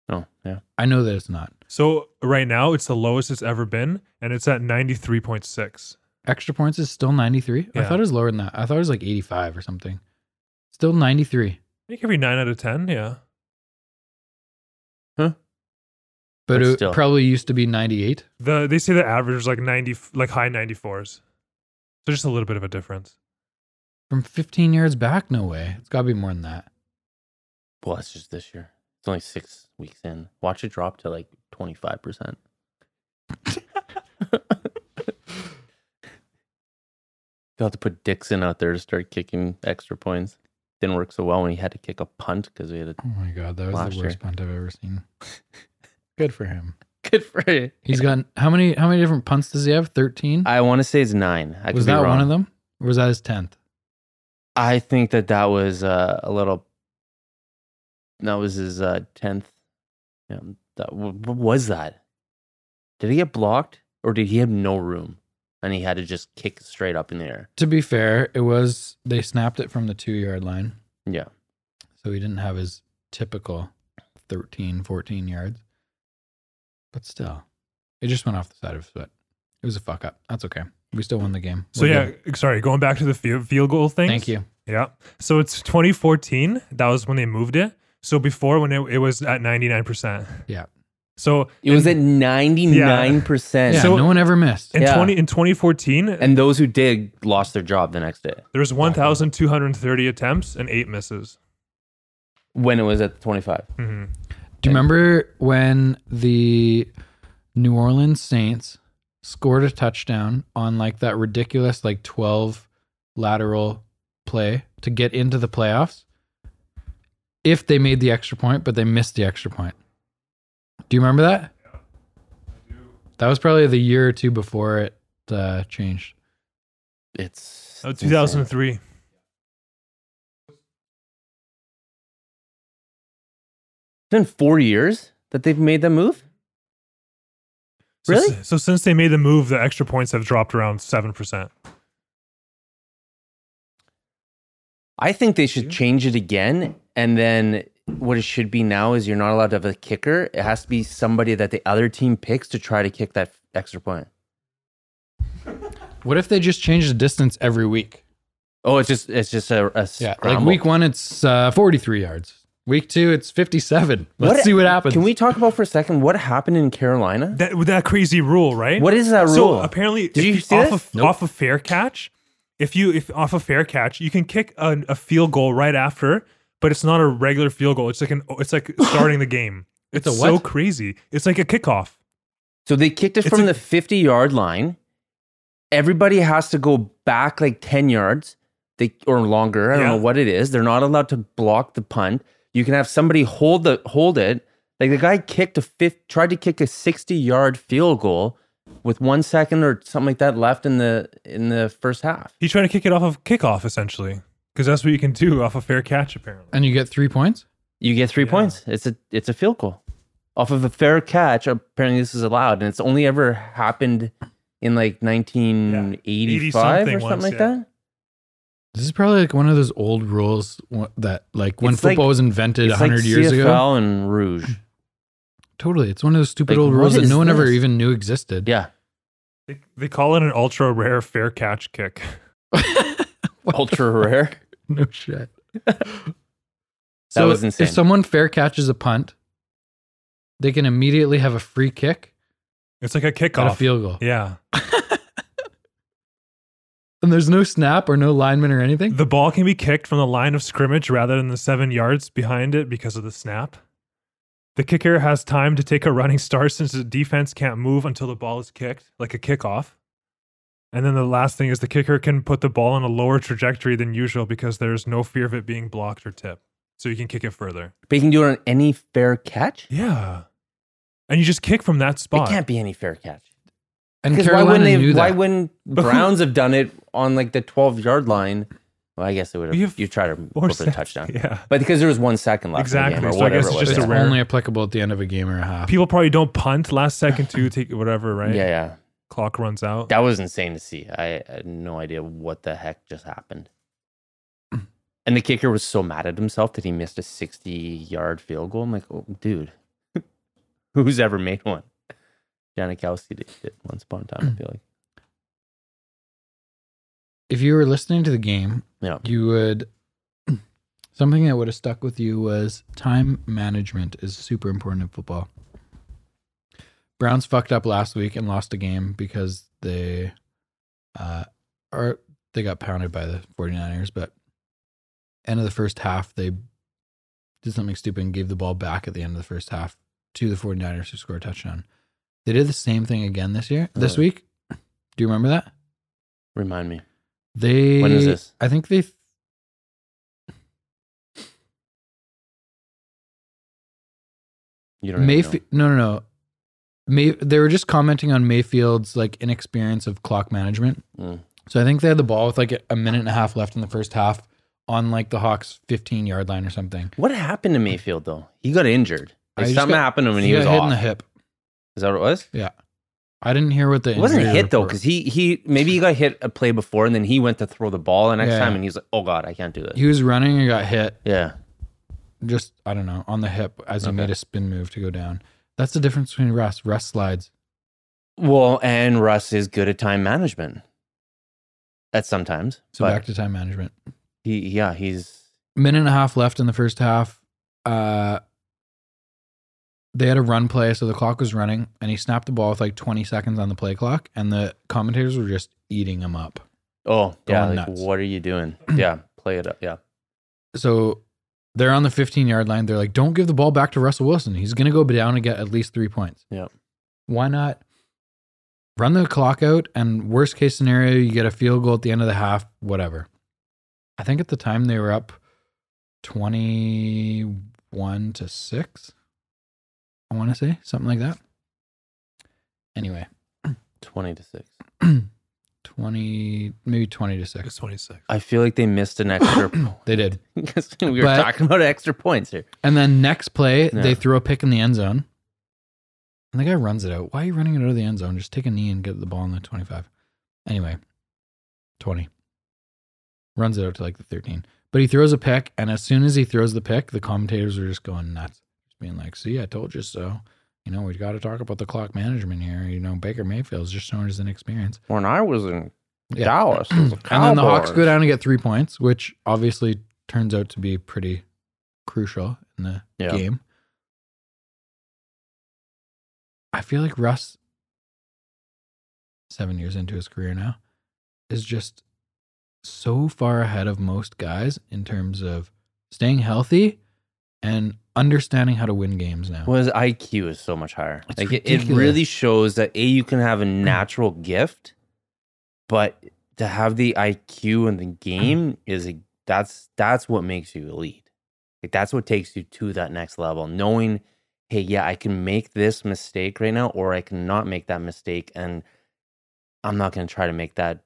S3: Oh, yeah.
S1: I know that it's not.
S2: So right now it's the lowest it's ever been, and it's at ninety three point six.
S1: Extra points is still 93. I
S2: Yeah.
S1: thought it was lower than that. I thought it was like 85 or something. Still 93.
S2: I think every nine out of ten, yeah.
S1: But,
S3: But
S1: it
S3: still.
S1: probably used to be 98.
S2: The they say the average is like ninety, like high ninety fours. So just a little bit of a difference.
S1: From 15 yards back, no way. It's got to be more than that.
S3: Well, that's just this year. It's only six weeks in. Watch it drop to like 25%. They'll have to put Dixon out there to start kicking extra points. Didn't work so well when he had to kick a punt because we had a
S1: Oh my God. That was
S3: Last
S1: the
S3: year.
S1: worst punt I've ever seen. Good for him.
S3: good for it.
S1: He's gotten how many how many different punts does he have? 13?
S3: I want to say it's nine. I
S1: was
S3: could be
S1: that one
S3: wrong.
S1: of them? Or was that his 10th?
S3: I think that that was uh, a little. That was his uh, tenth. Yeah, that, what, what was that? Did he get blocked, or did he have no room, and he had to just kick straight up in the air?
S1: To be fair, it was they snapped it from the two yard line.
S3: Yeah,
S1: So he didn't have his typical 13, 14 yards. But still, it just went off the side of his foot. It was a fuck up. That's okay. We still won the game.
S2: So
S1: We're
S2: yeah,
S1: good.
S2: sorry, going back to the field, field goal thing.
S1: Thank you.
S2: Yeah. So it's 2014. That was when they moved it. So before when it, it was at 99%.
S1: Yeah.
S2: So
S3: it was at ninety nine percent.
S1: Yeah,
S2: So-
S1: no one ever missed.
S2: in
S3: Yeah.
S2: 20 in 2014,
S3: And those who did lost their job the next day
S2: there was 1,230 attempts and eight misses.
S3: when it was at twenty five.
S2: hmm
S1: Do you remember when the New Orleans Saints scored a touchdown on like that ridiculous like 12 lateral play to get into the playoffs? If they made the extra point, but they missed the extra point. Do you remember that? That was probably the year or two before it uh, changed.
S3: It's
S2: Oh,
S3: it's insane.
S2: 2003.
S3: It's been four years that they've made that move.
S2: So,
S3: Really?
S2: So since they made the move, the extra points have dropped around 7%.
S3: I think they should change it again. And then what it should be now is you're not allowed to have a kicker. It has to be somebody that the other team picks to try to kick that extra point.
S1: What if they just changed the distance every week?
S3: Oh, it's just it's just a, a
S1: Yeah, like
S3: scramble.
S1: week one, it's uh, 43 yards. Week two, it's 57. Let's see what happens.
S3: Can we talk about for a second what happened in Carolina?
S2: That with that crazy rule, right?
S3: What is that
S2: So
S3: rule?
S2: apparently,
S3: Did
S2: if
S3: you
S2: you
S3: see
S2: off
S3: this?
S2: a off a fair catch, if you if off a fair catch, you can kick a, a field goal right after, but it's not a regular field goal. It's like an it's like starting the game. It's,
S1: It's a
S2: so
S1: what?
S2: crazy. It's like a kickoff.
S3: So they kicked it
S2: It's
S3: from
S2: a-
S3: the 50 yard line. Everybody has to go back like 10 yards they, or longer. I don't
S2: Yeah.
S3: know what it is. They're not allowed to block the punt. You can have somebody hold the hold it. Like the guy kicked a fifth, tried to kick a 60 yard field goal with one second or something like that left in the in the first half.
S2: He's trying to kick it off of kickoff essentially, because that's what you can do off a fair catch. Apparently,
S1: and you get three points?
S3: You get three
S2: Yeah.
S3: points. It's a it's a field goal. Off of a fair catch, apparently this is allowed, and it's only ever happened in like 1985
S2: 80-something
S3: or something
S2: once,
S3: like
S2: yeah.
S3: that.
S1: This is probably like one of those old rules wha- that, like, when
S3: It's like-
S1: football was invented
S3: It's
S1: 100
S3: like
S1: years
S3: CFL
S1: ago.
S3: and Rouge.
S1: Totally. It's one of those stupid
S3: Like,
S1: old
S3: what
S1: rules that
S3: is
S1: no one ever
S3: this?
S1: even knew existed.
S3: Yeah.
S2: they, they call it an ultra rare fair catch kick.
S1: What the
S3: Ultra rare.
S1: No shit.
S3: That was insane.
S1: If someone fair catches a punt, they can immediately have a free kick
S2: It's like a
S1: at a
S2: kickoff.
S1: field goal.
S2: Yeah,
S1: And there's no snap or no lineman or anything.
S2: the ball can be kicked from the line of scrimmage rather than the seven yards behind it because of the snap. The kicker has time to take a running start since the defense can't move until the ball is kicked, like a kickoff. And then the last thing is the kicker can put the ball on a lower trajectory than usual because there's no fear of it being blocked or tipped. So you can kick it further.
S3: But you can do it on any fair catch?
S2: Yeah. And you just kick from that spot.
S3: It can't be any fair catch.
S1: And
S3: Because why
S1: Carolina
S3: wouldn't they?
S1: knew
S3: Why
S1: that.
S3: wouldn't
S2: who-
S3: Browns have done it on like the 12 yard line? Well, I guess they would
S2: We
S3: have.
S2: have
S3: You try to go
S2: Or
S3: for the
S2: sacks.
S3: touchdown,
S2: Yeah.
S3: but because there was one second left, in the
S2: Exactly,
S3: game or
S2: so I
S3: whatever
S2: guess it's
S3: it was.
S2: just
S1: it's
S2: a rare-
S1: only applicable at the end of a game or a half.
S2: People probably don't punt last second to take whatever, right?
S3: Yeah, yeah,
S2: Clock runs out.
S3: that was insane to see. I had no idea what the heck just happened. And the kicker was so mad at himself that he missed a 60 yard field goal. I'm like, oh, dude, who's ever made one? Janikowski did it once upon a time, I feel like.
S1: if you were listening to the game,
S3: Yeah.
S1: you would something that would have stuck with you was time management is super important in football. Browns fucked up last week and lost a game because they uh are they got pounded by the 49ers, but end of the first half they did something stupid and gave the ball back at the end of the first half to the 49ers who scored a touchdown. They did the same thing again this year, this
S3: Oh.
S1: week. Do you remember that?
S3: Remind me.
S1: They
S3: When is this?
S1: I think they
S3: You don't even know.
S1: Mayfield. No, no, no. May they were just commenting on Mayfield's like inexperience of clock management.
S3: Mm.
S1: So I think they had the ball with like a minute and a half left in the first half on like the Hawks' 15 yard line or something.
S3: What happened to Mayfield though? He got injured.
S1: I
S3: Like,
S1: just
S3: something
S1: got-
S3: happened to him when he,
S1: got
S3: was
S1: hit
S3: off.
S1: in the hip.
S3: Is that what it was?
S1: I didn't hear what the
S3: It wasn't a
S1: injury
S3: hit though,
S1: report-
S3: because he he maybe he got hit a play before and then he went to throw the ball the next
S1: Yeah.
S3: time and he's like, oh god, I can't do this.
S1: he was running and got hit.
S3: yeah,
S1: Just I don't know on the hip as he
S3: Okay.
S1: made a spin move to go down. That's the difference between Russ. Russ slides.
S3: Well, and Russ is good at time management. At sometimes.
S1: So
S3: but
S1: back to time management.
S3: he yeah, he's
S1: minute and a half left in the first half. Uh, they had a run play, so the clock was running, and he snapped the ball with like 20 seconds on the play clock, and the commentators were just eating him up.
S3: oh yeah,
S1: Going
S3: like,
S1: nuts.
S3: what are you doing? yeah, play it up. Yeah.
S1: So they're on the 15 yard line. They're like, don't give the ball back to Russell Wilson. He's going to go down and get at least three points.
S3: Yeah.
S1: Why not run the clock out? And worst case scenario, you get a field goal at the end of the half, whatever. I think at the time they were up 21 to 6. I want to say something like that. Anyway,
S3: Twenty to six.
S1: 20, maybe 20 to 6.
S2: It's 26.
S3: I feel like they missed an extra
S1: They did.
S3: because we were
S1: But-
S3: talking about extra points here.
S1: And then next play,
S3: Yeah.
S1: they throw a pick in the end zone. And the guy runs it out. Why are you running it out of the end zone? Just take a knee and get the ball in the 25. Anyway, 20. Runs it out to like the 13. But he throws a pick. And as soon as he throws the pick, the commentators are just going nuts. Just being like, see, I told you so. You know, we've got to talk about the clock management here. You know, Baker Mayfield's just known as inexperienced.
S3: When I was in
S1: Yeah.
S3: Dallas, it was a
S1: And then the Hawks
S3: Cowboys.
S1: go down and get three points, which obviously turns out to be pretty crucial in the
S3: Yeah.
S1: game. I feel like Russ, seven years into his career now, is just so far ahead of most guys in terms of staying healthy and understanding how to win games now.
S3: Well, his IQ is so much higher.
S1: It's
S3: like it, it
S1: ridiculous. Mm.
S3: really shows that a you can have a natural gift, but to have the IQ in the
S1: Mm.
S3: game is a, that's that's what makes you elite. Like that's what takes you to that next level. Knowing, hey, yeah, I can make this mistake right now, or I can not make that mistake, and I'm not going to try to make that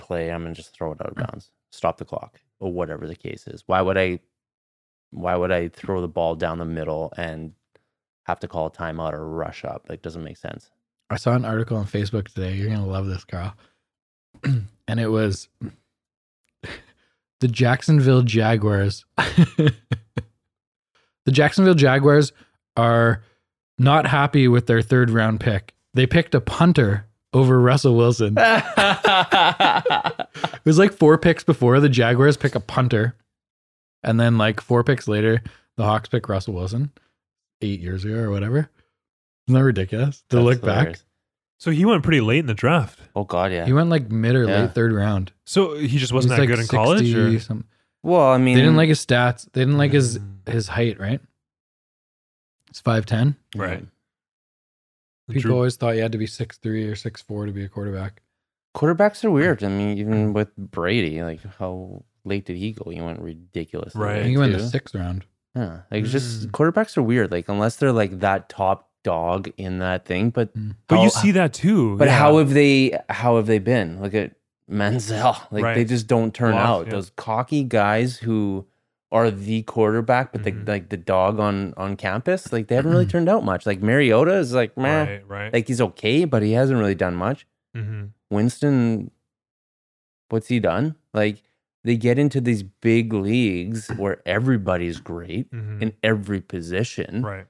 S3: play. I'm going to just throw it out
S1: Mm.
S3: of bounds, stop the clock, or whatever the case is. Why would I? Why would I throw the ball down the middle and have to call a timeout or rush up. Like doesn't make sense.
S1: I saw an article on Facebook today. You're gonna love this, Carl. and it was the Jacksonville Jaguars. the Jacksonville Jaguars are not happy with their third round pick. They picked a punter over Russell Wilson. It was like four picks before the Jaguars pick a punter, and then like four picks later, the Hawks pick Russell Wilson eight years ago or whatever. Isn't that ridiculous to
S3: That's
S1: look back?
S3: hilarious.
S2: So he went pretty late in the draft.
S3: Oh god, yeah.
S1: He went like mid or
S3: Yeah.
S1: late third round.
S2: So he just wasn't
S1: He's,
S2: that
S1: like,
S2: good in college?
S1: 60
S2: Or?
S1: something.
S3: well, I mean,
S1: They didn't like his stats. They didn't like his
S2: Mm,
S1: his height. Right? It's five ten.
S2: Right.
S1: People
S2: Drew-
S1: always thought you had to be six three or six four to be a quarterback.
S3: quarterbacks are weird. I mean,
S1: Mm.
S3: even with Brady, like how late did he go? He went ridiculous.
S1: I
S2: Right. I
S1: think he went in the
S3: too.
S1: sixth round.
S3: Yeah, like it's just
S2: Mm.
S3: quarterbacks are weird. Like unless they're like that top dog in that thing, but
S1: Mm.
S2: But you
S3: how-
S2: see that too.
S3: but
S2: yeah.
S3: how have they? How have they been? Look at Manziel. Like
S2: Right.
S3: they just don't turn
S2: Lost,
S3: out.
S2: yeah.
S3: Those cocky guys who are the quarterback, but
S2: Mhm.
S3: they like the dog on on campus. Like they haven't really turned out much. Like Mariota is like meh.
S2: Mm-hmm. Right. Right.
S3: Like he's okay, but he hasn't really done much.
S2: hmm
S3: Winston, what's he done? Like they get into these big leagues where everybody's great
S2: hmm
S3: in every position
S2: right.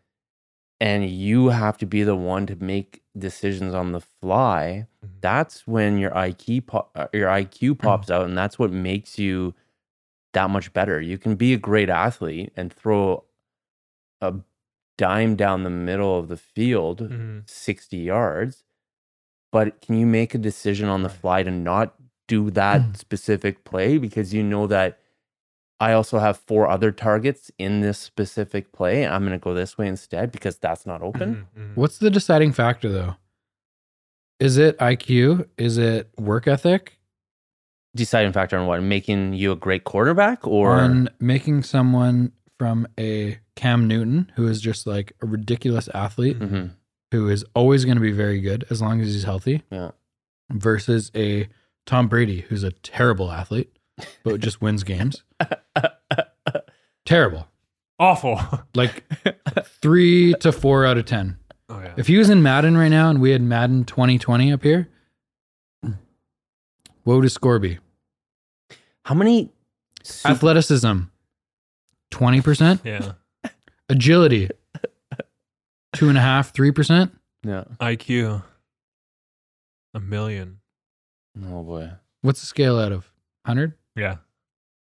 S3: and you have to be the one to make decisions on the fly
S2: Mhm.
S3: that's when your IQ po- uh, your IQ pops out and that's what makes you that much better you can be a great athlete and throw a dime down the middle of the field
S2: hmm
S3: 60 yards but can you make a decision on the fly to not do
S1: Mm.
S3: that specific play because you know that I also have four other targets in this specific play. I'm going to go this way instead because that's not open.
S1: Mm-hmm.
S2: Mhm, mhm.
S1: What's the deciding factor though? Is it IQ? Is it work ethic?
S3: Deciding factor on what? Making you a great quarterback or
S1: on making someone from a Cam Newton who is just like a ridiculous athlete
S3: Mhm.
S1: who is always going to be very good as long as he's healthy.
S3: Yeah.
S1: Versus a Tom Brady who's a terrible athlete but just wins games. terrible.
S2: Awful.
S1: Like 3 to 4 out of 10.
S2: oh yeah.
S1: If he was in Madden right now and we had Madden 2020 up here, woe to Scorby.
S3: how many su-
S1: Athleticism 20%.
S2: yeah.
S1: Agility, two and a half, three percent.
S3: Yeah.
S2: IQ. A million.
S3: Oh boy.
S1: What's the scale out of hundred
S2: Yeah.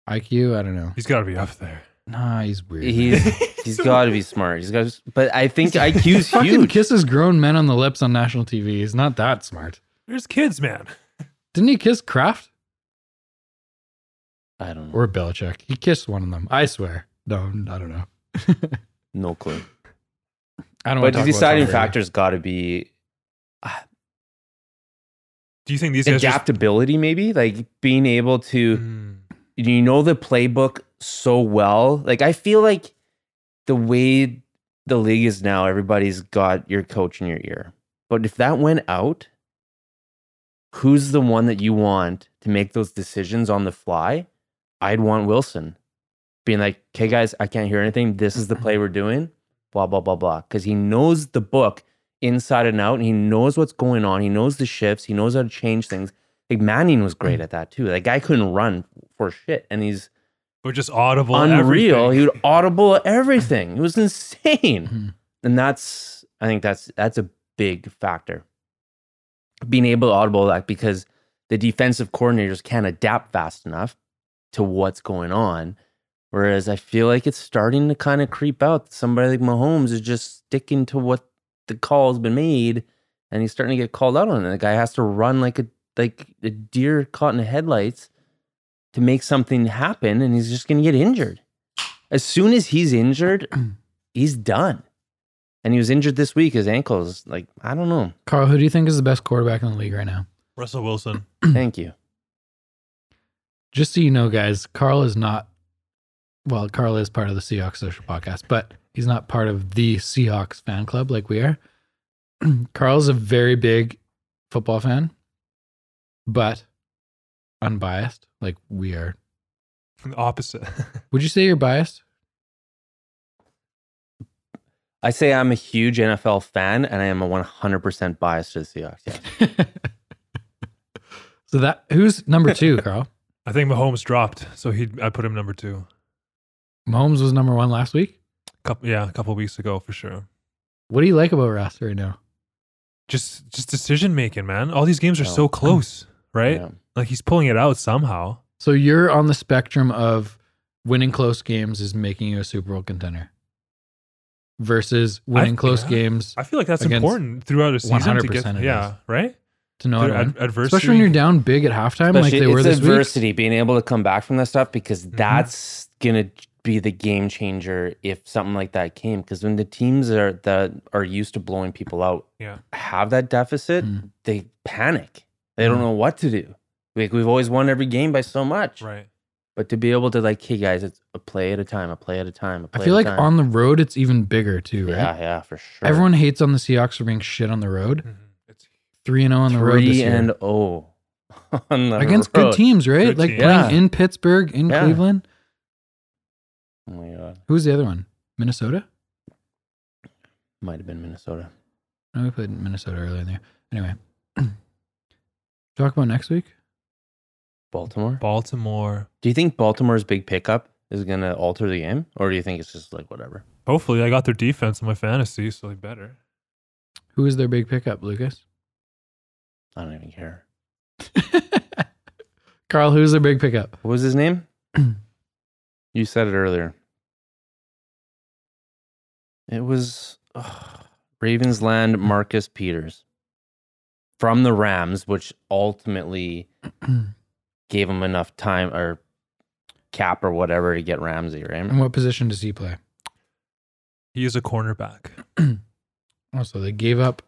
S1: IQ? I don't know.
S2: He's got to be up there.
S1: Nah, he's weird. man.
S3: He's he's got to be smart. He's got but I think IQ's
S1: fucking
S3: huge.
S1: kisses grown men on the lips on national TV. He's not that smart.
S2: There's kids, man.
S1: Didn't he kiss Kraft
S3: I don't know.
S1: or Belichick? He kissed one of them. I swear. No, I don't know.
S3: no clue.
S1: I don't. wanna
S3: But the
S1: talk about
S3: deciding
S1: Tom Brady.
S3: factor's got to be
S2: Do you think these guys just-
S3: adaptability maybe like being able to
S2: Mm,
S3: you know the playbook so well like i feel like the way the league is now everybody's got your coach in your ear but if that went out who's the one that you want to make those decisions on the fly i'd want wilson being like okay guys i can't hear anything this is the play we're doing blah blah blah blah because he knows the book inside and out and he knows what's going on he knows the shifts he knows how to change things like manning was great at that too that guy couldn't run for shit and he's
S2: But just audible.
S3: unreal
S2: everything.
S3: he would audible everything it was insane
S1: Mhm.
S3: and that's i think that's that's a big factor being able to audible that because the defensive coordinators can't adapt fast enough to what's going on whereas i feel like it's starting to kind of creep out that somebody like mahomes is just sticking to what the call's been made and he's starting to get called out on it the guy has to run like a like a deer caught in the headlights to make something happen and he's just going to get injured as soon as he's injured he's done and he was injured this week his ankles like i don't know
S1: Carl, who do you think is the best quarterback in the league right now?
S2: Russell Wilson.
S3: thank you
S1: Just so you know, guys, Carl is not. Well, Carl is part of the Seahawks social podcast, but he's not part of the Seahawks fan club like we are. Carl's a very big football fan, but unbiased like we are.
S2: The opposite.
S1: Would you say you're biased?
S3: i say i'm a huge nfl fan and i am a 100% biased to the seahawks yes.
S1: so that who's number two, Carl?
S2: I think Mahomes dropped, so he I put him number two.
S1: Mahomes was number one last week.
S2: Couple, yeah, a couple weeks ago for sure.
S1: What do you like about Ross right now?
S2: Just just decision making, man. All these games are
S3: Oh.
S2: so close, right?
S3: Yeah.
S2: Like he's pulling it out somehow.
S1: So you're on the spectrum of winning close games is making you a Super Bowl contender versus winning
S2: I-
S1: close
S2: yeah.
S1: games
S2: I feel like that's
S1: Against
S2: important throughout a season to
S1: 100%
S2: get
S1: it
S2: yeah, right?
S1: to know how
S2: Through
S1: to win.
S2: ad- adversity.
S1: Especially when you're down big at halftime like
S3: Especially-
S1: they were
S3: it's
S1: this Mm-hmm.
S3: adversity being able to come back from that stuff because
S2: Mhm.
S3: that's gonna be the game changer if something like that came because when the teams are that are used to blowing people out
S2: Yeah.
S3: have that deficit
S1: Mm.
S3: they panic They don't know what to do. Like we've always won every game by so much.
S2: Right.
S3: But to be able to like, hey guys, it's a play at a time, a play at a time, a
S1: I
S3: play
S1: feel
S3: at
S1: like
S3: a time.
S1: on the road it's even bigger too, right?
S3: Yeah, yeah, for sure.
S1: Everyone hates on the Seahawks for being shit on the road.
S2: Mhm. It's
S1: Three and zero on the road this
S3: three
S1: year
S3: and oh on the
S1: against
S3: road.
S1: good teams, right?
S2: Good
S1: like
S2: teams.
S1: playing
S3: Yeah.
S1: in Pittsburgh, in
S3: Yeah.
S1: Cleveland.
S3: Oh my god,
S1: Who was the other one? Minnesota.
S3: might have been Minnesota.
S1: No, we played Minnesota earlier in the year. Anyway, talk about next week.
S3: Baltimore.
S2: Baltimore.
S3: Do you think Baltimore's big pickup is gonna alter the game, or do you think it's just like whatever?
S2: Hopefully, I got their defense in my fantasy, so they better.
S1: Who is their big pickup, Lucas?
S3: I don't even care.
S1: Carl, who's their big pickup?
S3: What was his name? you said it earlier. It was ugh, Ravensland Marcus Peters from the Rams, which ultimately
S1: and
S3: gave him enough time or cap or whatever to get Ramsey, right?
S1: what position does he play?
S2: He is a cornerback.
S1: Also, they gave up.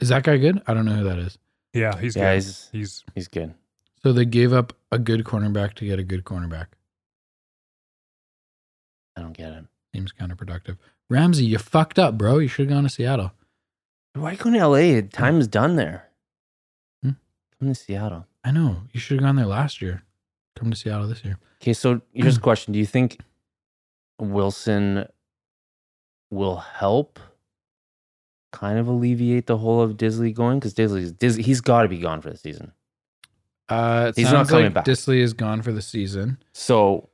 S1: Is that guy good? I don't know who that is.
S2: Yeah, he's
S3: Yeah,
S2: good.
S3: he's,
S2: He's
S3: he's good.
S1: So they gave up a good cornerback to get a good cornerback.
S3: I don't get it.
S1: Seems counterproductive. Ramsey, you fucked up, bro. You should have gone to Seattle.
S2: Hmm.
S3: Why go to LA? Time's done there.
S1: Hmm?
S3: Come to Seattle.
S1: I know. You should have gone there last year. Come to Seattle this year.
S3: Okay, so here's a question. Do you think Wilson will help kind of alleviate the whole of Disley going? Because Disley's Dis- he's gotta be gone for the season.
S1: Uh, it
S3: He's not
S1: sounds
S3: coming
S1: like
S3: back.
S1: Disley is gone for the season.
S3: So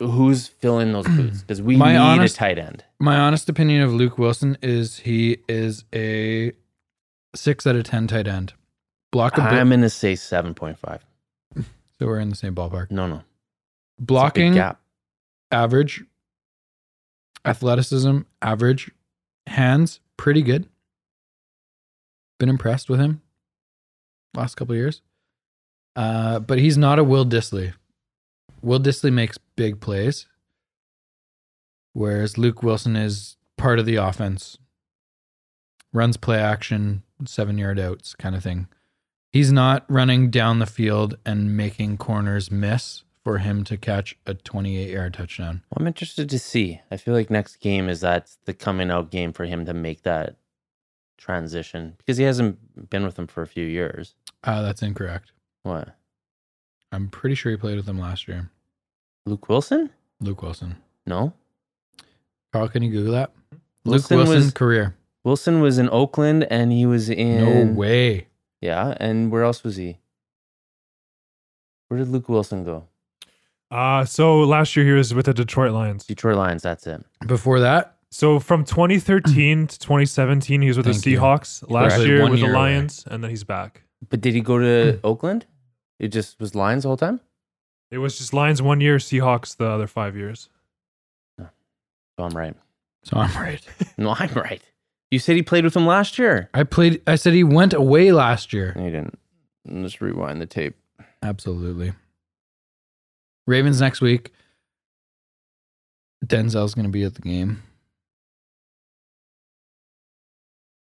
S3: who's filling those boots? Because we
S1: My
S3: need
S1: honest-
S3: a tight end.
S1: My honest opinion of Luke Wilson is he is a six out of ten tight end. Block a bit.
S3: I'm gonna say seven point five.
S1: so we're in the same ballpark.
S3: No, no. It's a big
S1: Blocking
S3: gap.
S1: average. Athleticism, average. Hands, pretty good. Been impressed with him last couple of years. Uh, but he's not a Will Disley. Will Disley makes big plays, whereas Luke Wilson is part of the offense, runs play action, seven yard outs kind of thing. He's not running down the field and making corners miss for him to catch a 28 yard touchdown.
S3: Well, I'm interested to see. I feel like next game is that's the coming out game for him to make that transition because he hasn't been with them for a few years.
S1: Uh, that's incorrect.
S3: What?
S1: I'm pretty sure he played with them last year.
S3: Luke Wilson?
S1: Luke Wilson.
S3: No.
S1: Carl, can you Google that?
S3: Wilson
S1: Luke Wilson
S3: was-
S1: career.
S3: Wilson was in Oakland and he was in
S1: No way.
S3: Yeah, and where else was he? Where did Luke Wilson go?
S2: uh so last year he was with the Detroit Lions.
S3: Detroit Lions, that's it.
S1: Before that,
S2: So from 2013 to 2017 he was with
S1: Thank
S2: the
S1: you.
S2: Seahawks. Last
S1: Right.
S2: year
S1: One
S2: with
S1: year
S2: the
S1: away.
S2: Lions and then he's back.
S3: But did he go to Oakland? It just was Lions the whole time?
S2: It was just Lions one year, Seahawks the other 5 years.
S3: Oh, I'm right.
S1: so I'm right.
S3: No, I'm right. You said he played with him last year.
S1: I played. I said he went away last year.
S3: No, you didn't. Let's rewind the tape.
S1: Absolutely. Ravens next week. Denzel's going to be at the game.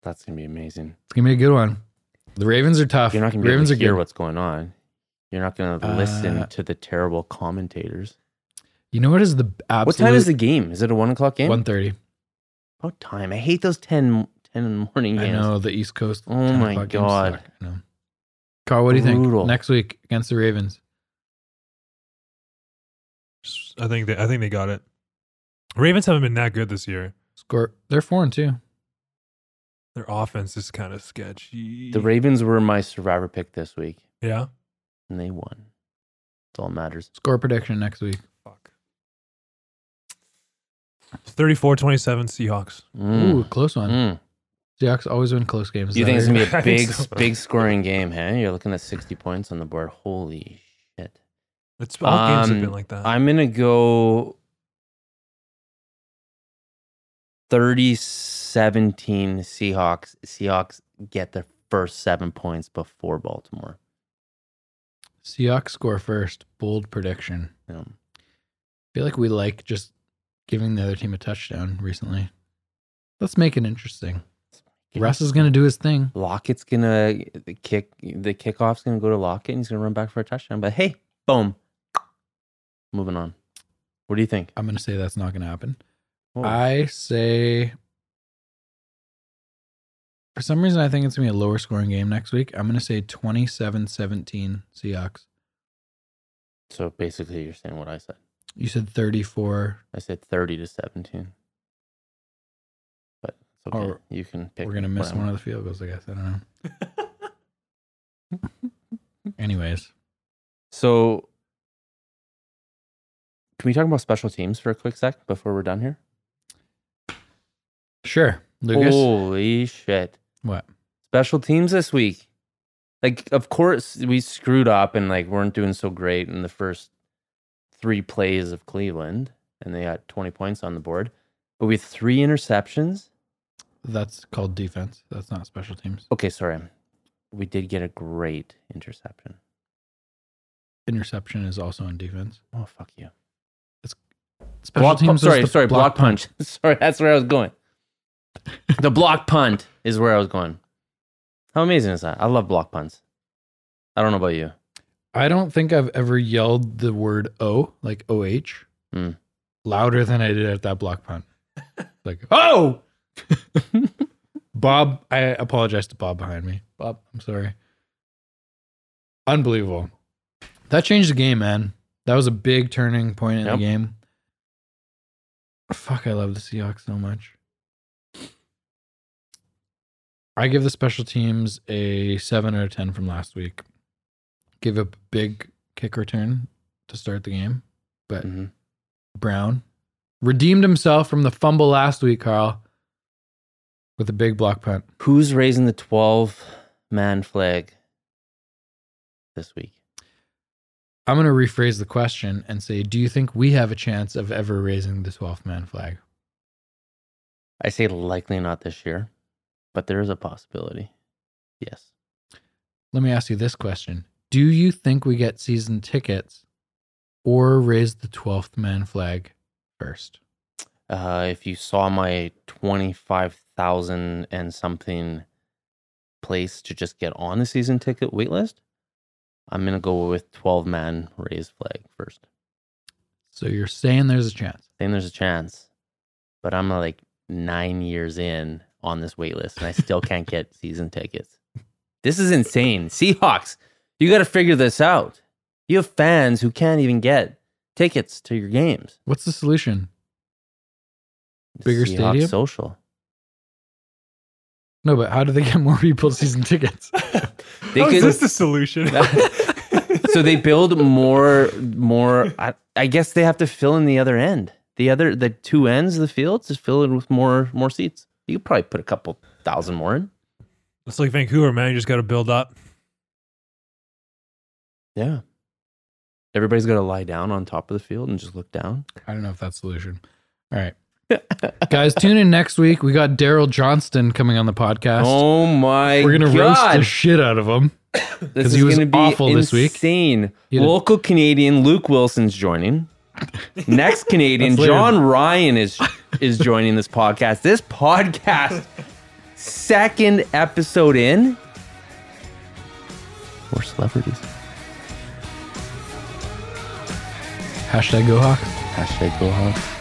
S3: That's gonna be amazing.
S1: It's going to be a good one. The Ravens are tough.
S3: You're not gonna be
S1: Ravens
S3: able to hear
S1: good.
S3: what's going on. You're not gonna
S1: Uh,
S3: listen to the terrible commentators.
S1: You know what is the absolute
S3: What time is the game? Is it a one o'clock game?
S1: One thirty.
S3: What time? I hate those 10, 10 in the morning
S1: I
S3: games.
S1: know the East Coast.
S3: Oh
S1: 10
S3: my
S1: o'clock games
S3: God.
S1: suck. I know. Carl, what do you
S3: Brutal.
S1: think next week against the Ravens?
S2: I think they I think they got it. Ravens haven't been that good this year.
S1: Score. They're four and two.
S2: Their offense is kind of sketchy.
S3: The Ravens were my survivor pick this week,
S2: Yeah.
S3: and they won. That's all that matters.
S1: Score prediction next week.
S2: Fuck. 34-27 Seahawks.
S3: Mm.
S1: Ooh, close one.
S3: Mm.
S1: Seahawks always win close games.
S3: You
S1: Is that
S3: think it's gonna be a
S2: I think
S3: big,
S2: so.
S3: big scoring game, huh? You're looking at 60 points on the board. Holy shit!
S2: It's all games have
S3: Um,
S2: been like that.
S3: I'm gonna go 30-17 Seahawks. Seahawks get their first seven points before Baltimore.
S1: Seahawks score first. Bold prediction.
S3: Um,
S1: I feel like we like just giving the other team a touchdown recently. Let's make it interesting. Russ is going to do his thing.
S3: Lockett's gonna the kick the kickoff's gonna go to Lockett and he's gonna run back for a touchdown. But hey, boom. Moving on. What do you think?
S1: I'm going to say that's not going to happen.
S3: Whoa.
S1: I say for some reason I think it's gonna be a lower scoring game next week. I'm gonna say 27-17 Seahawks.
S3: so basically you're saying what I said.
S1: You said 34.
S3: I said thirty to seventeen. But it's okay.
S1: Oh,
S3: you can pick
S1: We're gonna miss
S3: whatever.
S1: one of the field goals, I guess. I don't know. Anyways,
S3: So can we talk about special teams for a quick sec before we're done here?
S1: sure, Lucas.
S3: Holy shit.
S1: What?
S3: Special teams this week. Like, of course, we screwed up and like weren't doing so great in the first three plays of Cleveland, and they got 20 points on the board. But we had three interceptions.
S1: That's called defense. That's not special teams.
S3: Okay, sorry. We did get a great interception.
S1: Interception is also in defense.
S3: Oh, fuck you.
S1: Special
S3: block pu-
S1: teams. is
S3: sorry,
S1: the
S3: sorry, block, punch. sorry, that's where I was going. the block punt is where I was going. How amazing is that? I love block punts. I don't know about you.
S1: I don't think I've ever yelled the word O, like O H,
S3: Hmm.
S1: louder than I did at that block punt. like, oh! Bob, I apologize to Bob behind me. Bob, I'm sorry. Unbelievable. That changed the game, man. That was a big turning point in
S3: Yep.
S1: the game. Fuck, I love the Seahawks so much. I give the special teams a 7 out of 10 from last week give a big kick return to start the game. But
S3: Mhm.
S1: Brown redeemed himself from the fumble last week, Carl, with a big block punt.
S3: Who's raising the 12 man flag this week?
S1: I'm going to rephrase the question and say, do you think we have a chance of ever raising the 12th man flag?
S3: I say likely not this year, but there is a possibility. Yes.
S1: Let me ask you this question. Do you think we get season tickets or raise the 12th man flag first?
S3: Uh, if you saw my 25,000 and something place to just get on the season ticket waitlist, I'm going to go with 12 man raised flag first.
S1: So you're saying there's a chance.
S3: I think there's a chance, but I'm uh, like nine years in on this wait list and I still can't get season tickets. This is insane. Seahawks, you got to figure this out. You have fans who can't even get tickets to your games.
S1: What's the solution? Bigger
S3: Seahawks
S1: stadium?
S3: Social.
S1: No, but how do they get more people season tickets?
S3: They
S2: How is
S3: could-
S2: this the solution?
S3: so they build more more I, I guess they have to fill in the other end the other the two ends of the fields is filled with more more seats you could probably put a couple thousand more in
S2: it's like Vancouver, man. You just got to build up.
S3: yeah everybody's got to lie down on top of the field and just look down
S1: I don't know if that's the solution. All right. Guys, tune in next week. We got Daryl Johnston coming on the podcast.
S3: oh my
S1: We're gonna roast
S3: god
S1: the shit out of him.
S3: this
S1: 'cause
S3: is
S1: he was
S3: gonna be
S1: awful
S3: insane.
S1: this week. He had a-
S3: local canadian luke wilson's joining next canadian
S1: That's later.
S3: john ryan is is joining this podcast this podcast second episode in we're celebrities
S1: Hashtag go Hawks.
S3: hashtag go home